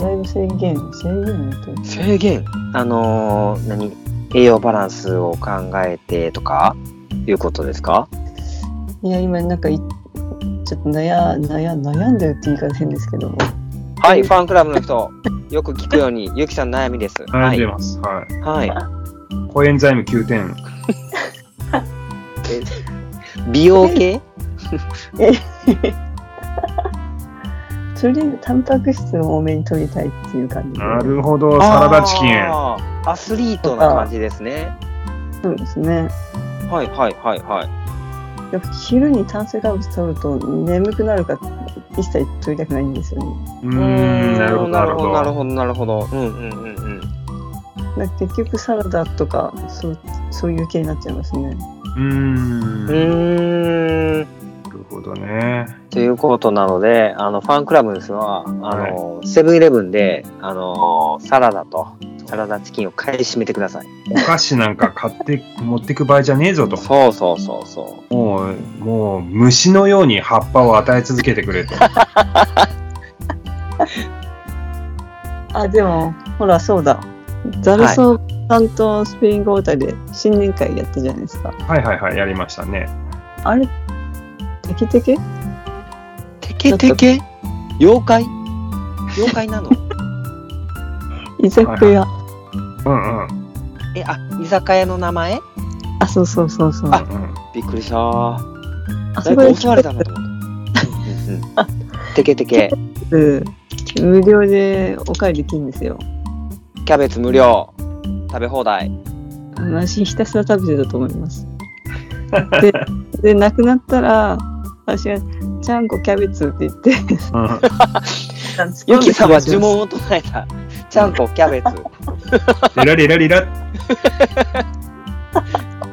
だいぶ制限、制限っていうか制限あのー何栄養バランスを考えてとかいうことですかいや、今なんかい、ちょっと悩悩悩んでるって言い方変ですけども。 はい、ファンクラブの人、 よく聞くように、ゆきさん悩みです。悩はんでい。ます。はい。はい。コエンザイム9点。美容系それで、タンパク質を多めに取りたいっていう感じで。なるほど、サラダチキン。あーアスリートな感じですね。そうですね。はいはいはいはい。やっぱ昼に炭水化物取ると眠くなるから一切取りたくないんですよね。うーん、なるほど、なるほなるど。ほど、なるほど。うんうんうんうん。だから結局サラダとかそうそういう系になっちゃいますね。うーん。うなるーん。ほどね。ということなので、あの、ファンクラブですは、あの、セブンイレブンで、あの、サラダと、サラダチキンを買い占めてください。お菓子なんか買って、持ってく場合じゃねえぞと。そうそうそうそもう、もう、虫のように葉っぱを与え続けてく れと。あ、でも、ほら、そうだ。ザルソーさんとスプリングウォーターで新年会やったじゃないですか。はいはいはい、やりましたね。あれ、テケテケう。テケテケ妖怪妖怪 なの居酒屋。うんうん。うんえ、あ、居酒屋の名前あ、そうそうそうそう。あうんびっくりしたー。あ なんか襲われたのと思った。うんうんうんテケテケ。うんテ無料でお借りできるんですよ。キャベツ無料。食べ放題。私ひたすら食べてたと思います。 で、でなくなったら、私が、ちゃんこキャベツって言って、うんゆきさんは呪文を唱えた。ちゃんこキャベツ。リラリラリラ。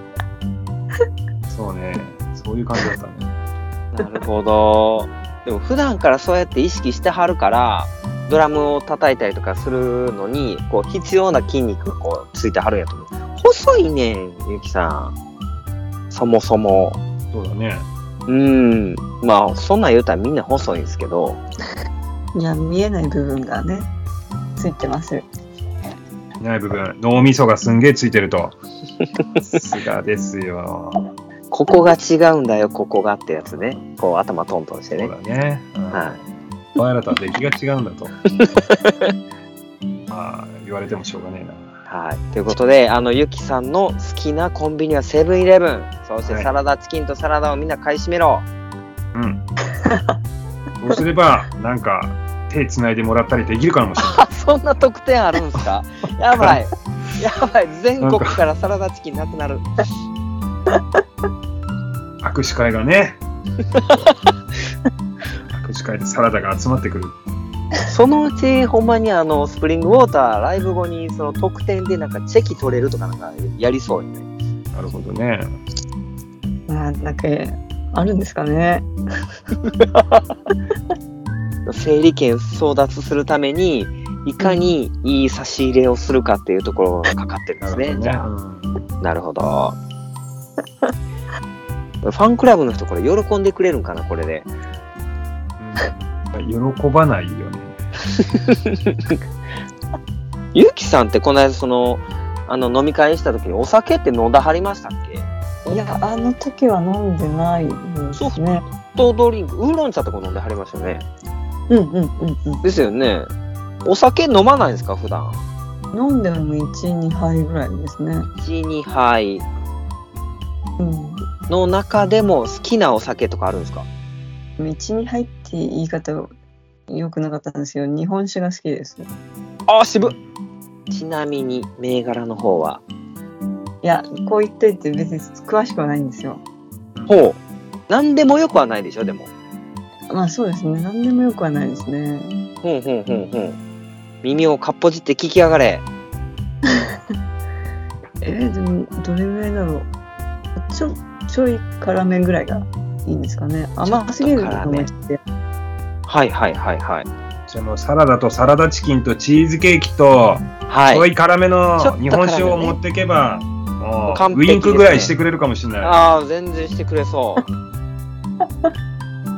そうね。そういう感じだったね。なるほど。でも普段からそうやって意識してはるから、ドラムを叩いたりとかするのに、こう必要な筋肉がこうついてはるんやと思う。細いねん、ゆきさん。そもそも。そうだね。うん。まあ、そんなん言うたらみんな細いんですけど。いや、見えない部分がね、ついてます。ない部分。脳みそがすんげえついてる と。さすがですよ。ここが違うんだよ、ここがってやつね。こう頭トントンしてそねう。だね。うんはお前らとは出来が違うんだ と。まあ、言われてもしょうがねえな。はい。ということで、あの、ゆきさんの好きなコンビニはセブンイレブン。そしてはいサラダチキンとサラダをみんな買い占めろ。うん。そうすれば、なんか、手つないでもらったりできるかもしれない。あ、 そんな特典あるんです かやばい。やばい。全国からサラダチキンなくなる。握手会がね。握手会でサラダが集まってくる。そのうち、ほんまにあの、スプリングウォーターライブ後に、その特典でなんかチェキ取れるとかなんかやりそうよね。なるほどね。あなんか、あるんですかね。整理券争奪するためにいかにいい差し入れをするかっていうところがかかってるんでなするねほどね。じゃうんあなるほどファンクラブの人これ喜んでくれるんかなこれでうん喜ばないよね。ゆきさんってこの間そのあの飲み会した時にお酒って飲んだはりましたっけいや、あの時は飲んでないんですね。ソフトドリンクウーロン茶とか飲んではりましたよねうんうんうんですよねお酒飲まないんですか普段うん。飲んでも1、2杯ぐらいですね。 12杯うん。の中でも好きなお酒とかあるんですか道に入って言い方良くなかったんですけど日本酒が好きですいあー渋っちなみに銘柄の方はやこう言っといて別に詳しくはないんですよほう何でもよくはないでしょでもまあそうですね何でもよくはないですねふんふんふんふん耳をかっぽじって聞きやがれえー、でもどれぐらいだろうちょちょい辛めぐらいがいいんですかね甘すぎるとかもしてはいはいはいはいじゃあもうサラダとサラダチキンとチーズケーキと、はちょいい辛めのちょっと日辛めね本酒を持ってけば、も完うウ璧ですねインクぐらいしてくれるかもしれない。ああ全然してくれそう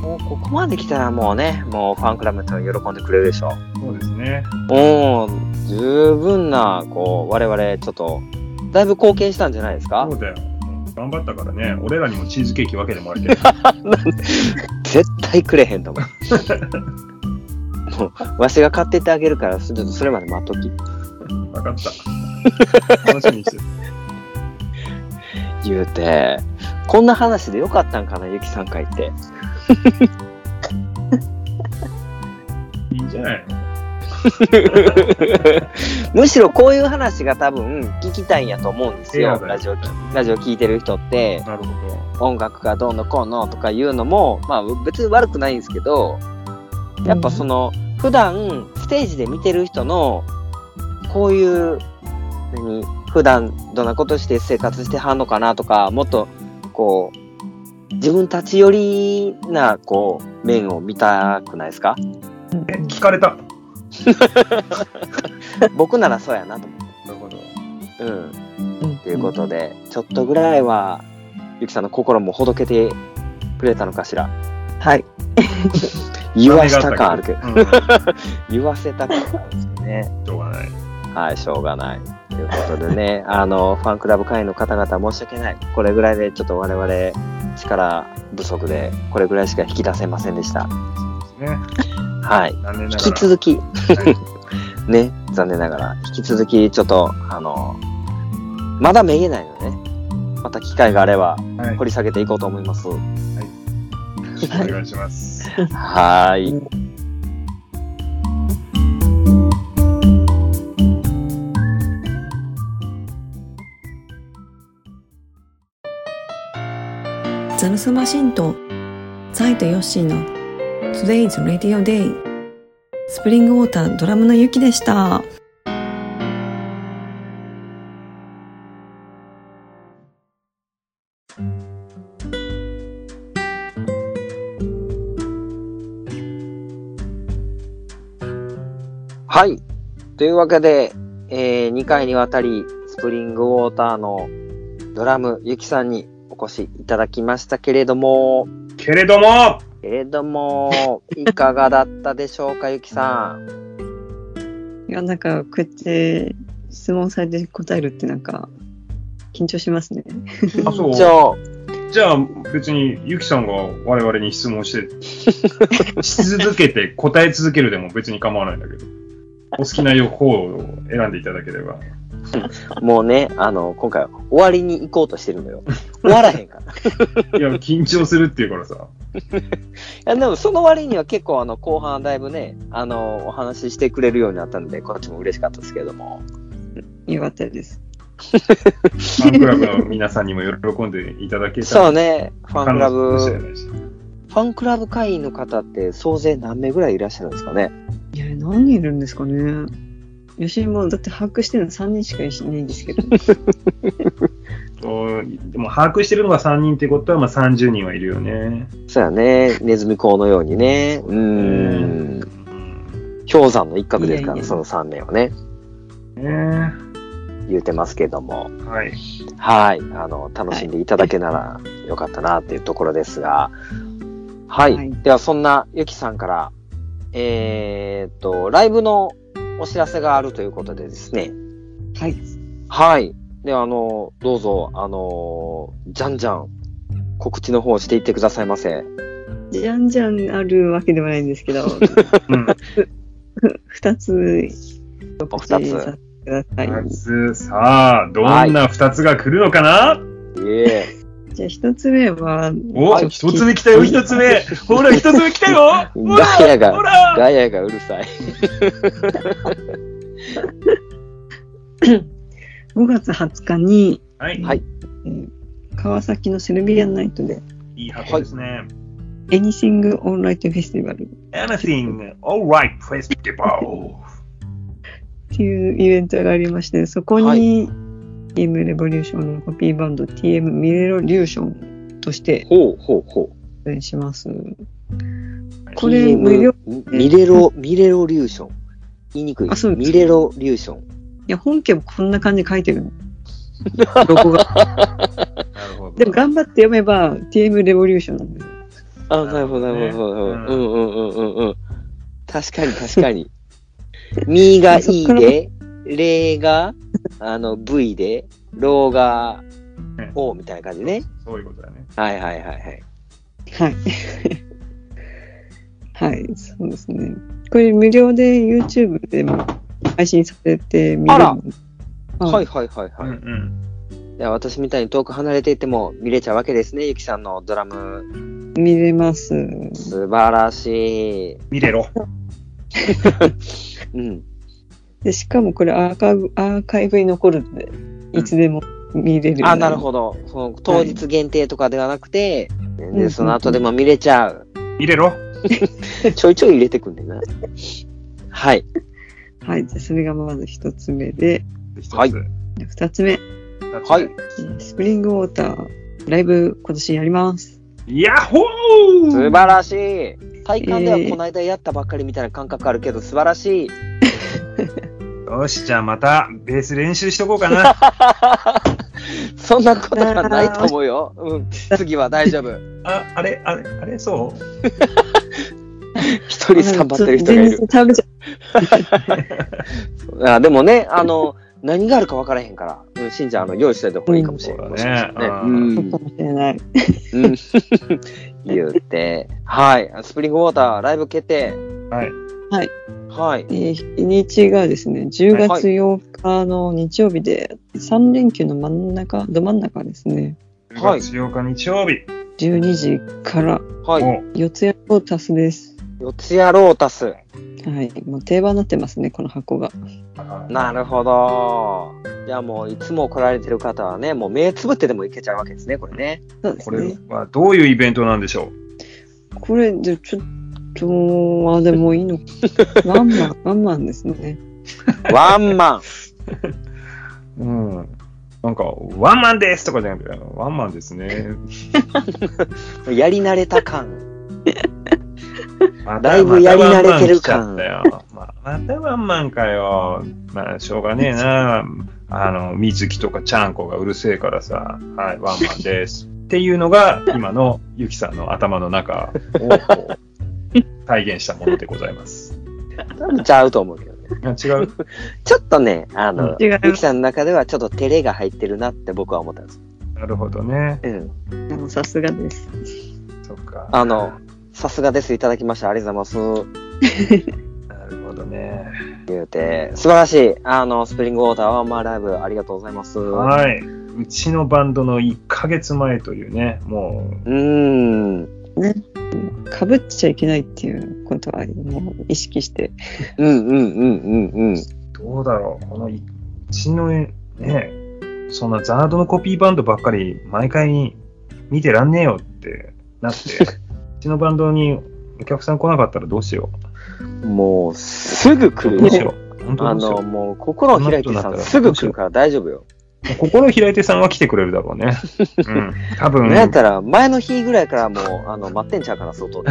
もうここまで来たらもうねもうファンクラブと喜んでくれるでしょそうですね。もう十分なこう我々ちょっとだいぶ貢献したんじゃないですかそうだよ。頑張ったからね、俺らにもチーズケーキ分けてもらってる。絶対くれへんと思う。もうわしが買ってってあげるからちょっとそれまで待っとき分かっ た。楽しみにしてる。言うてこんな話でよかったんかなゆきさん会っていいんじゃない むしろこういう話が多分聞きたいんやと思うんですいよやラジオラジオ聞いてる人ってなるほど。音楽がどうのこうのとかいうのもまあ別に悪くないんですけどやっぱその、普段ステージで見てる人のこういう何普段どんなことして生活してはんのかなとかもっとこう自分たち寄りなこう面を見たくないですか うんえ、聞かれた。な僕ならそうやなと思るほど。う。うん、うんということでちょっとぐらいはゆきさんの心もほどけてくれたのかしら はい言わした感あるけどうんし言わせた感あるんですけどね。ょうがない。はい、しょうがない。ということでね、 あの、ファンクラブ会員の方々申し訳ない。これぐらいでちょっと我々力不足で、これぐらいしか引き出せませんでしそた。うですね。はい。残念ながら。引き続き、はいね、残念ながら、引き続きちょっと、あの、まだめげないのでね、また機会があればはい掘り下げていこうと思います。はよろしくお願いします。ーい。ザルスマシンとサイトヨッシーの Today's Radio Day スプリングウォータードラムのゆきでした。はい。というわけで、え2回にわたり、スプリングウォーターのドラム、ゆきさんにお越しいただきましたけれども、けれども、けれど も、いかがだったでしょうか、ゆきさん。いや、なんか、こうやって質問されて答えるってなんか、緊張しますね。あ、そう。じゃあ、じゃあ別にゆきさんが我々に質問して、 し続けて答え続けるでも別に構わないんだけど、お好きな方を選んでいただければ。もうね、あの、今回、終わりに行こうとしてる のよ。終わらへんから。いいや、緊張するっていうからさ。や、でも、その割には結構、あの、後半はだいぶね、あの、お話ししてくれるようになったんで、こっちも嬉しかったですけれども。よかったです。ファンクラブの皆さんにも喜んでいただけたそうらね、ファン可クラ能かもブ、しれフないし。ァンクラブ会員の方って、総勢何名ぐらいいらっしゃるんですかね。いや、何人いるんですかね。吉井も、だって把握してるの3人しかいないんです けど。そうでも把握してるのが3人ってことはまあ30人はいるよね。そうやね、ネズミ講のようにね。うーん。氷山の一角ですからいやいね、やその3名はね、ね言うてますけれども。はい。はい、あの楽しんでいただけならよかったなっていうところですが、はい、はいではそんなゆきさんから、えーっとライブのお知らせがあるということでですね、はい。はい、ではあのどうぞあのじゃんじゃん告知の方をしていってくださいませ。じゃんじゃんあるわけではないんです けど、うん。 2つ、お二告知つさ。せてください。二つさあ、どんな2つが来るのかな、いえじゃあ1つ目は、お、はい1つ目来たよ、1つ目。ほら、1つ目来たよ。ほら、ガヤがほら。ガヤがうるさい。 5月20日に、はい、はいえー川崎のセルビアンナイトで、いい箱ですね。 Anything All Right Festival Anything Alright Festival。っていうイベントがありまして、そこはに TM レボリューションのコピーバンド TM ミレロリューションとしてほうほうほう。出演します。これ TM 無料ミレロミレロリューション。言いにくいあそう。ですミレロリューション。いや、本家もこんな感じで書いて るの。ロゴが。なるほど。でも頑張って読めば TM レボリューションなんですよ。あ、なるほど、なるほど。なるうほんうんうんうんうん。確かに確かに。みがいいで、れが、あの、V で、ろうがね、おみたいな感じね。そういうことだね。はいはいはいはい。はい。 はい、そうですね。これ無料で YouTube でも配信されて見れあるらので。はいはいはいうんはうい。ん。いや私みたいに遠く離れていても見れちゃうわけですね、ゆきさんのドラム。見れます。素晴らしい。見れろ。うん。で、しかもこれアーカイブ、アーカイブに残るんで、いつでも見れる、あ、なるほど。その当日限定とかではなくて、全然その後でも見れちゃう。見れろ。ちょいちょい入れてくんだ よな。はい。ど。はい、じゃあそれがまず一つ目で、一つはいで二つ目、二つはい。スプリングウォーター、ライブ今年やります。ヤッホー素晴らしい体感ではえーこの間やったばっかりみたいな感覚あるけど素晴らしいよし、じゃあまたベース練習しとこうかな。 そんなことはないと思うよ、うん、次は大 丈夫あ、あれ、あれ、あれ、そう一人頑張ってる人がいる全然食べちゃあでもねあの何があるか分からへんから、うん、しんちゃんあの用意しておいた方がいいかもしれない、うんもしかしたらそうだねねうかもしれない。うんうん言うてはいスプリングウォーターライブ決定はい。はいえー日にちがですね、10はい月8日の日曜日で、3連休の真ん中、ど真ん中ですね、はい10月8日日曜日。 12時からはいお四谷を足すです。四谷ロータス。はい。もう定番になってますね、この箱が。なるほど。じゃあもういつも来られてる方はね、もう目つぶってでもいけちゃうわけですね、これ ね。そうですこれね。はどういうイベントなんでしょこれ、じゃあちょっと、あ、でもいいの。ワンマン、ワンマンですね。ワンマン。ううん。なんか、ワンマンですとかじゃなくて、あのワンマンですね。やり慣れた感。まただいぶやり慣れてるまたワンマン来感ちゃったよままたワンマンかよ。まあ、しょうがねえな。あの、水木とかちゃんこがうるせえからさ、はい、ワンマン です。っていうのが、今のゆきさんの頭の中をこう体現したものでございます。ちゃうと思うけどね。あ違うちょっとね、あの、違いますゆきさんの中ではちょっと照れが入ってるなって僕は思ったんです。なるほどね。うん。あのさすがです。そっか。あの、さすがです、いただきました。ありがとうございます。なるほどね。言うて、素晴らしい。あの、スプリングウォーターワンマンライブ、ありがとうございます。うはい。うちのバンドの1ヶ月前というね、もう、ーん。かぶっちゃいけないっていうことは、もう意識して。うんうんうんうんうん。どうだろう、このいうちのね、そんなザードのコピーバンドばっかり毎回見てらんねえよってなって、 うちのバンドにお客さん来なかったらどうしよもう、すぐ来う。るどうしよ。よう。本あ当どうしよの、う。ももう、心を開いてそんなことになったさ、らすぐ来るから大丈夫よ。う心開いてさんは来てくれるだろう ね。うん。多分。なんやったら、前の日ぐらいからもう、あの、待ってんちゃうかな、外で。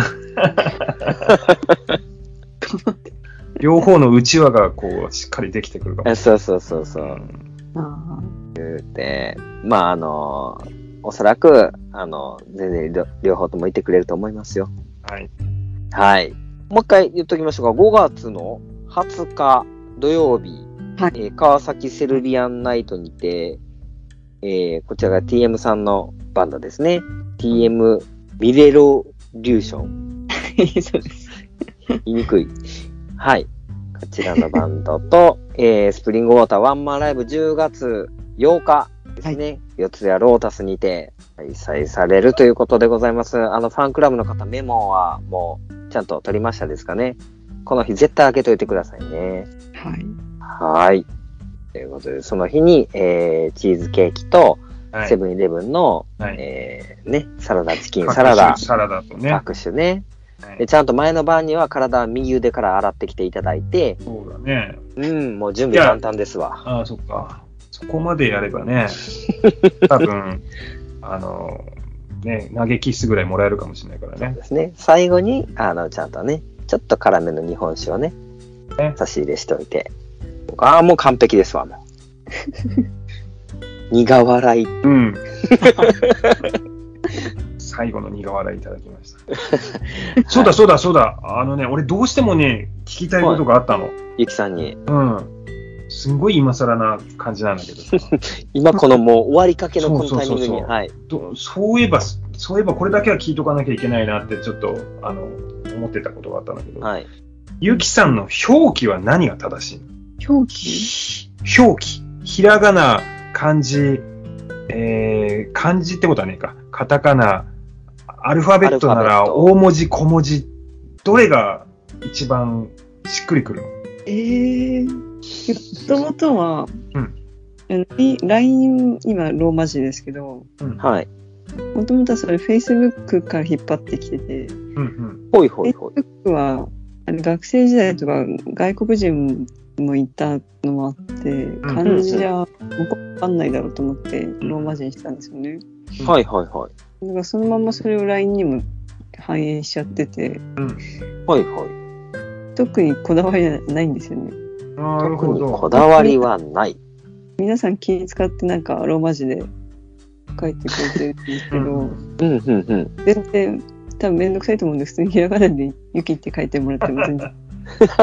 両方の内輪がこう、しっかりできてくるかもえしそうそうそうそれなうい。。あで、まあ、あの、おそらく、あの、全然りょ両方ともいてくれると思いますよ。はい。はい。もう一回言っときましょうか。5月の20日土曜日、はいえー川崎セルリアンナイトにて、えーこちらが TM さんのバンドですね。TM ミレロリューション。あ。そうです。言いにくい。はい。こちらのバンドと、 えー、スプリングウォーターワンマンライブ10月8日ですね。四ツ谷ロータスにて開催されるということでございます。あの、ファンクラブの方メモはもうちゃんと取りましたですかね。この日絶対開けといてくださいね。はい。はい。ということで、その日に、えー、チーズケーキと、はいセブンイレブンの、はいえー、ね、サラダチキンサラダ各種、サラダとね。は握手ね。いでちゃんと前の晩には体は右腕から洗ってきていただいて、そうだね。うん、もう準備万端ですわ。ああ、そっか。そこまでやれば ね、多分、あの、ね、嘆きすぐらいもらえるかもしれないからね。ですね。最後に、あの、ちゃんとね、ちょっと辛めの日本酒をねね、差し入れしておいて。ああ、もう 完璧ですわ、もう。苦笑い。 うん。最後の苦笑いいただきました。そうだそうだそうだ。あのね、俺どうしてもね、聞きたいことがあったの。ゆきさんに、うん。すんごい今更な感じなんだけどさ。今このもう終わりかけのこのタイミン そうそうグに、そうそうはい。どそういえば、そういえばこれだけは聞いとかなきゃいけないなってちょっと、あの、思ってたことがあったんだけど、はい。ゆきさんの表記は何が正しいの表記表記、ひらがな、漢字、えー、漢字ってことはねえか、カタカナ、アルファベットなアらルファベット大文字、小文字、どれが一番しっくりくるのええもともとは、うんい LINE、今、ローマ字ですけど、はい。もともとはそれ、Facebook から引っ張ってきてて、うんほいほいほい。僕はあの学生時代とか外国人もいたのもあって、漢字じゃわかんないだろうと思って、ローマ字にしたんですよね。はいはいはい。だからそのまんまそれを LINE にも反映しちゃってて、ほいほい。特にこだわりはないんですよね。うん。なる特ほにこど。だわりはない。皆さん気使ってなんかローマ字で書いてくれてるんですけど、うんうんうんうん。全然多分めんどくさいと思うんで普通にひらがなで「ゆき」って書いてもらっても全然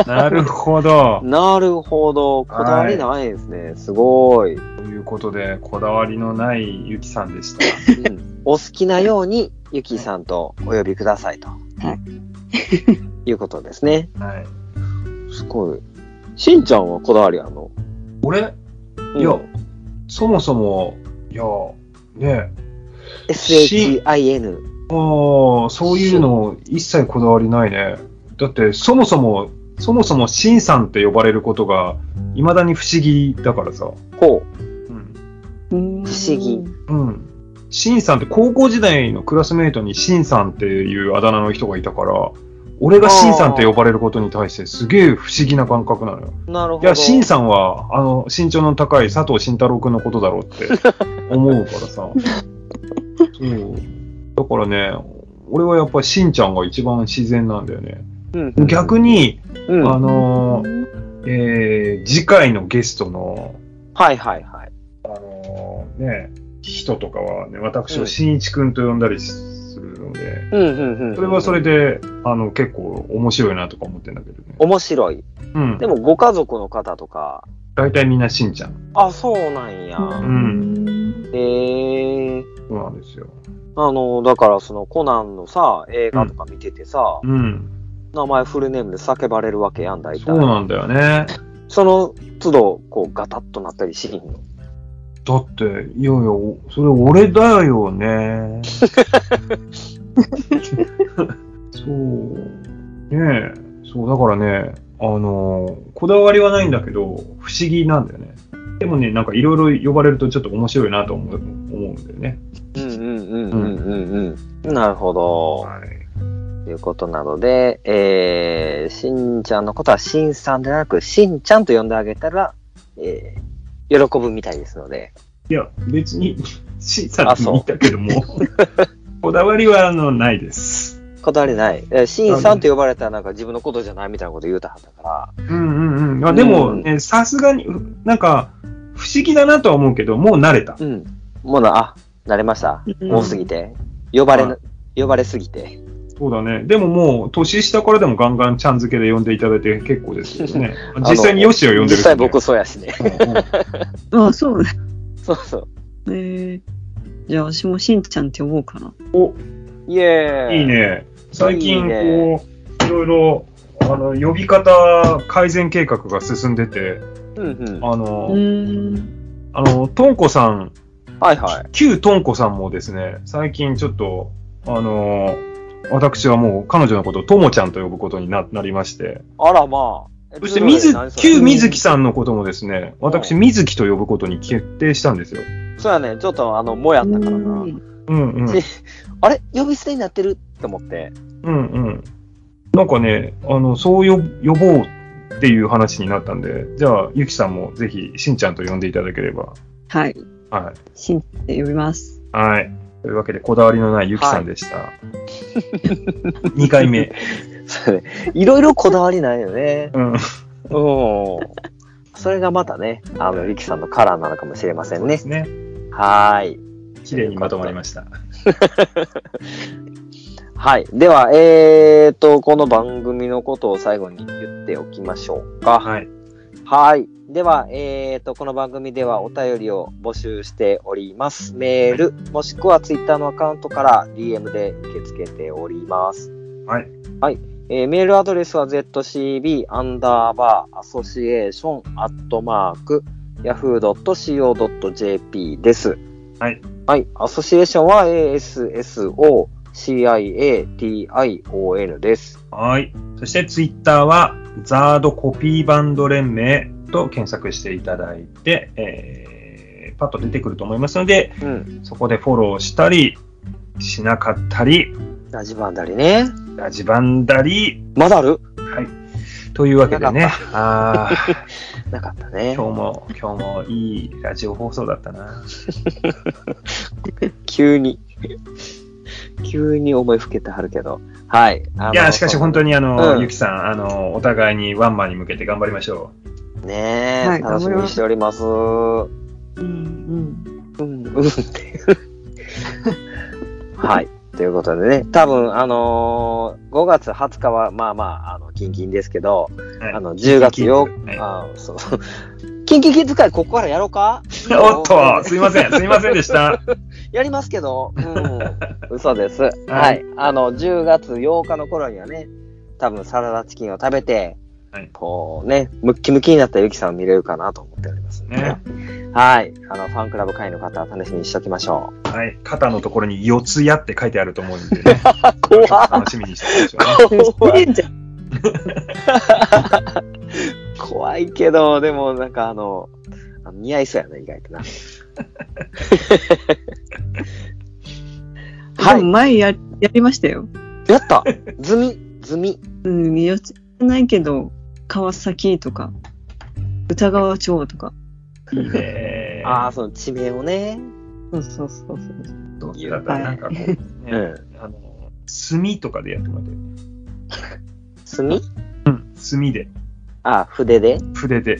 なるほど。なるほど。こだわりないですね。すごい。ということで、こだわりのないゆきさんでした。うんお好きなようにゆきさんとお呼びくださいと。。はい うことですね。はい、すごい。しんちゃんはこだわりあんの俺、いや、そもそも、いや、ね SHIN。ああ、そういうの一切こだわりないね。だって、そもそも、そもそも、シンさんって呼ばれることが、未だに不思議だからさ。ほう。うん。不思不思議。うん。シンさんって、高校時代のクラスメイトにシンさんっていうあだ名の人がいたから、俺がシンさんって呼ばれることに対して、すげえ不思議な感覚なのよ。なるほいど。や、シンさんは、あの、身長の高い佐藤慎太郎くんのことだろうって思うからさ。そ う。だからね、俺はやっぱりしんちゃんが一番自然なんだよね。うん。逆に、うん。あはいのーえー次回のゲストの、はいはい。あのーね、人とかはね、私をしんいちくんと呼んだりするので、うんうんうん。それはそれで。で、あの、結構面白いなとか思ってんだけどね。面白い。うんで。もご家族の方とか、大体みんなしんちゃん。あ、そうなんや。んへえー。そうなんですよ。あの、だからそのコナンのさ、映画とか見ててさ、うん。名前フルネームで叫ばれるわけやん、大体。そうなんだよね。その都度、こう、ガタッとなったりしひんの。だって、いやいや、おそれ俺だよ ね。そう。ねえ。そう、だからね、あのーこだわりはないんだけど、不思議なんだよね。でもね、なんかいろいろ呼ばれるとちょっと面白いなと思う思うんだよね。うんうんうんうんうんうん。なるほど。い。ということなので、えー、しんちゃんのことはしんさんではなく、しんちゃんと呼んであげたら、えー、喜ぶみたいですので。いや、別に、 しさあっきそうも言ったけども、 こだわりはあのないです。断りない。えー、しんさんと呼ばれたらなんか自分のことじゃないみたいなこと言うたはったから。うんうんうん。あでも、ね、さすがに、うなんか、不思議だなとは思うけど、もう慣れた。うん。もうな、あ、慣れました。多すぎて。呼ばれな、呼ばれすぎて。そうだね。でももう、年下からでもガンガンちゃん付けで呼んでいただいて結構ですけど ね。の実際にヨシを呼んでる、実際僕そうやしね。 うんうんあ、そうね。そうそう。えーじゃあ、私もしんちゃんって呼ぼうかな。イエーイ。いい。ね。最近、こう、いいいねろいろ、あの、呼び方改善計画が進んでて、うんうん。あうの、ーん。あの、トンコさん、はいはい。旧トンコさんもですね、最近ちょっと、あの、私はもう彼女のことをともちゃんと呼ぶことにななりまして、あらまあ。そしてず水、旧み水木さんのこともですね、私、う水木と呼ぶことに決定したんですよ。そうやね、ちょっとあの、もやったからなう。んうんうん。あれ呼び捨てになってるって思って。うんうん。なんかね、あの、そうよ呼ぼうっていう話になったんで、じゃあ、ゆきさんもぜひ、しんちゃんと呼んでいただければ。はい。はい。しんって呼びます。はい。というわけで、こだわりのないゆきさんでした。2回目。そうねいろいろこだわりないよね。うん。うん。それがまたね、あの、ゆきさんのカラーなのかもしれませんねです。ね。はーい。綺麗にまとまりました。はい。では、えーと、この番組のことを最後に言っておきましょうか。はい。はい。では、えー、と、この番組ではお便りを募集しております。メール、もしくはツイッターのアカウントから DM で受け付けております。はい。えーメールアドレスは ZCB アンダーバーアソシエーションアットマーク Yahoo.co.jp です。はい。はい。アソシエーションは ASSO CIATION です。はい。そして、ツイッターは、ザードコピーバンド連盟と検索していただいて、えー、パッと出てくると思いますので、うん。そこでフォローしたり、しなかったり、ラジバンダリね。ラジバンダリまだあるはい。というわけでねな、あ あ、なかったね。今日も、今日もいいラジオ放送だったな。急に急に思いふけてはるけどはいあのいや、しかし本当にあの、うんゆきさん、あの、お互いにワンマンに向けて頑張りましょそうねえ、はい楽しみにしておりますうんうん。うんってはいということでね多分あのー5月20日はまあまああのキンキンですけど、う。はいあの10月8はい日、あそうそうキンキキ使いここからやろうかおっと、すいません、すいませんでした。やりますけど、 うん、嘘です。はい、はいあの、10月8日の頃にはね、多分サラダチキンを食べて、はいこうね、ムッキムキになったゆきさんを見れるかなと思っておりますんでねね。はい。あの、ファンクラブ会員の方は楽しみにしておきましょう。はい、肩のところ に四つ矢って書いてあると思うんでね、怖っ楽しみにしておきましょうね。怖いしんちゃん怖いけど、でもなんかあの、あの似合いそうやな、意外と な。はでもい、前ややりましたよ。や った済み、済み。うん、四つじゃないけど、川崎とか、歌川町とか。いいねー。ああ、その地名をね。そうそうそうそう。どうだったらなんかこう、ねうん。あの、墨とかでやってもらって。墨うん。墨で、ああ、筆で。筆で。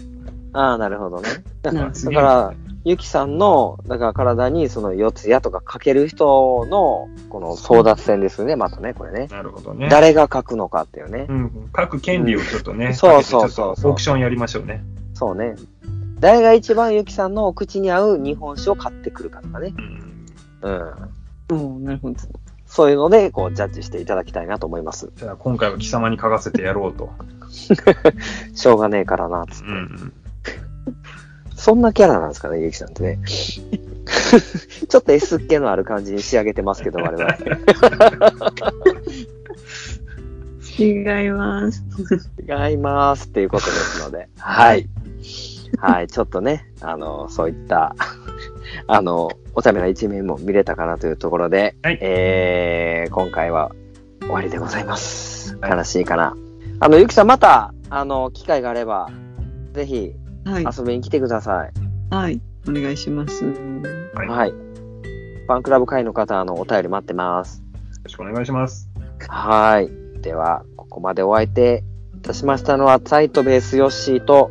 ああ、なるほ どね。なんかすだげかえら、ゆきさんの、だから体にその四つ矢とかかける人の、この争奪戦ですね、またね、これね。なるほどね。誰が書くのかっていうねう。ん、書く権利をちょっとね、うんそうそうそうかけてちょっとオークションやりましょうね。そうね。誰が一番ゆきさんのお口に合う日本酒を買ってくるかとかね。うん、うん。うん、なるほど。そういうので、こう、ジャッジしていただきたいなと思います。じゃあ今回は貴様に書かせてやろうと。しょうがねえからな、つって。うん、そんなキャラなんですかね、ゆきさんっ てね。ちょっと S っ気のある感じに仕上げてますけど、我々。違います。違いますっていうことですので、はい。はい、ちょっとね、あの、そういった、あの、おちゃめな一面も見れたかなというところで、はいえー今回は終わりでございます。はい悲しいかな。あの、ゆきさん、また、あの、機会があれば、ぜひはい。遊びに来てください。はい。お願いします。はいはい。ファンクラブ会の方、あの、お便り待ってます。よろしくお願いします。はい。では、ここまでお相手いたしましたのは、サイトベースヨッシーと、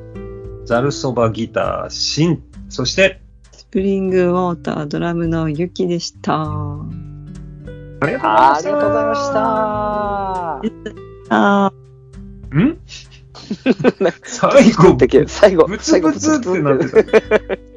ザルそばギター、シン、そして、スプリングウォータードラムのゆきでした。あありがとうございまあしりた。がとうございました。あん最後 で、最後、ブツブツってなってた。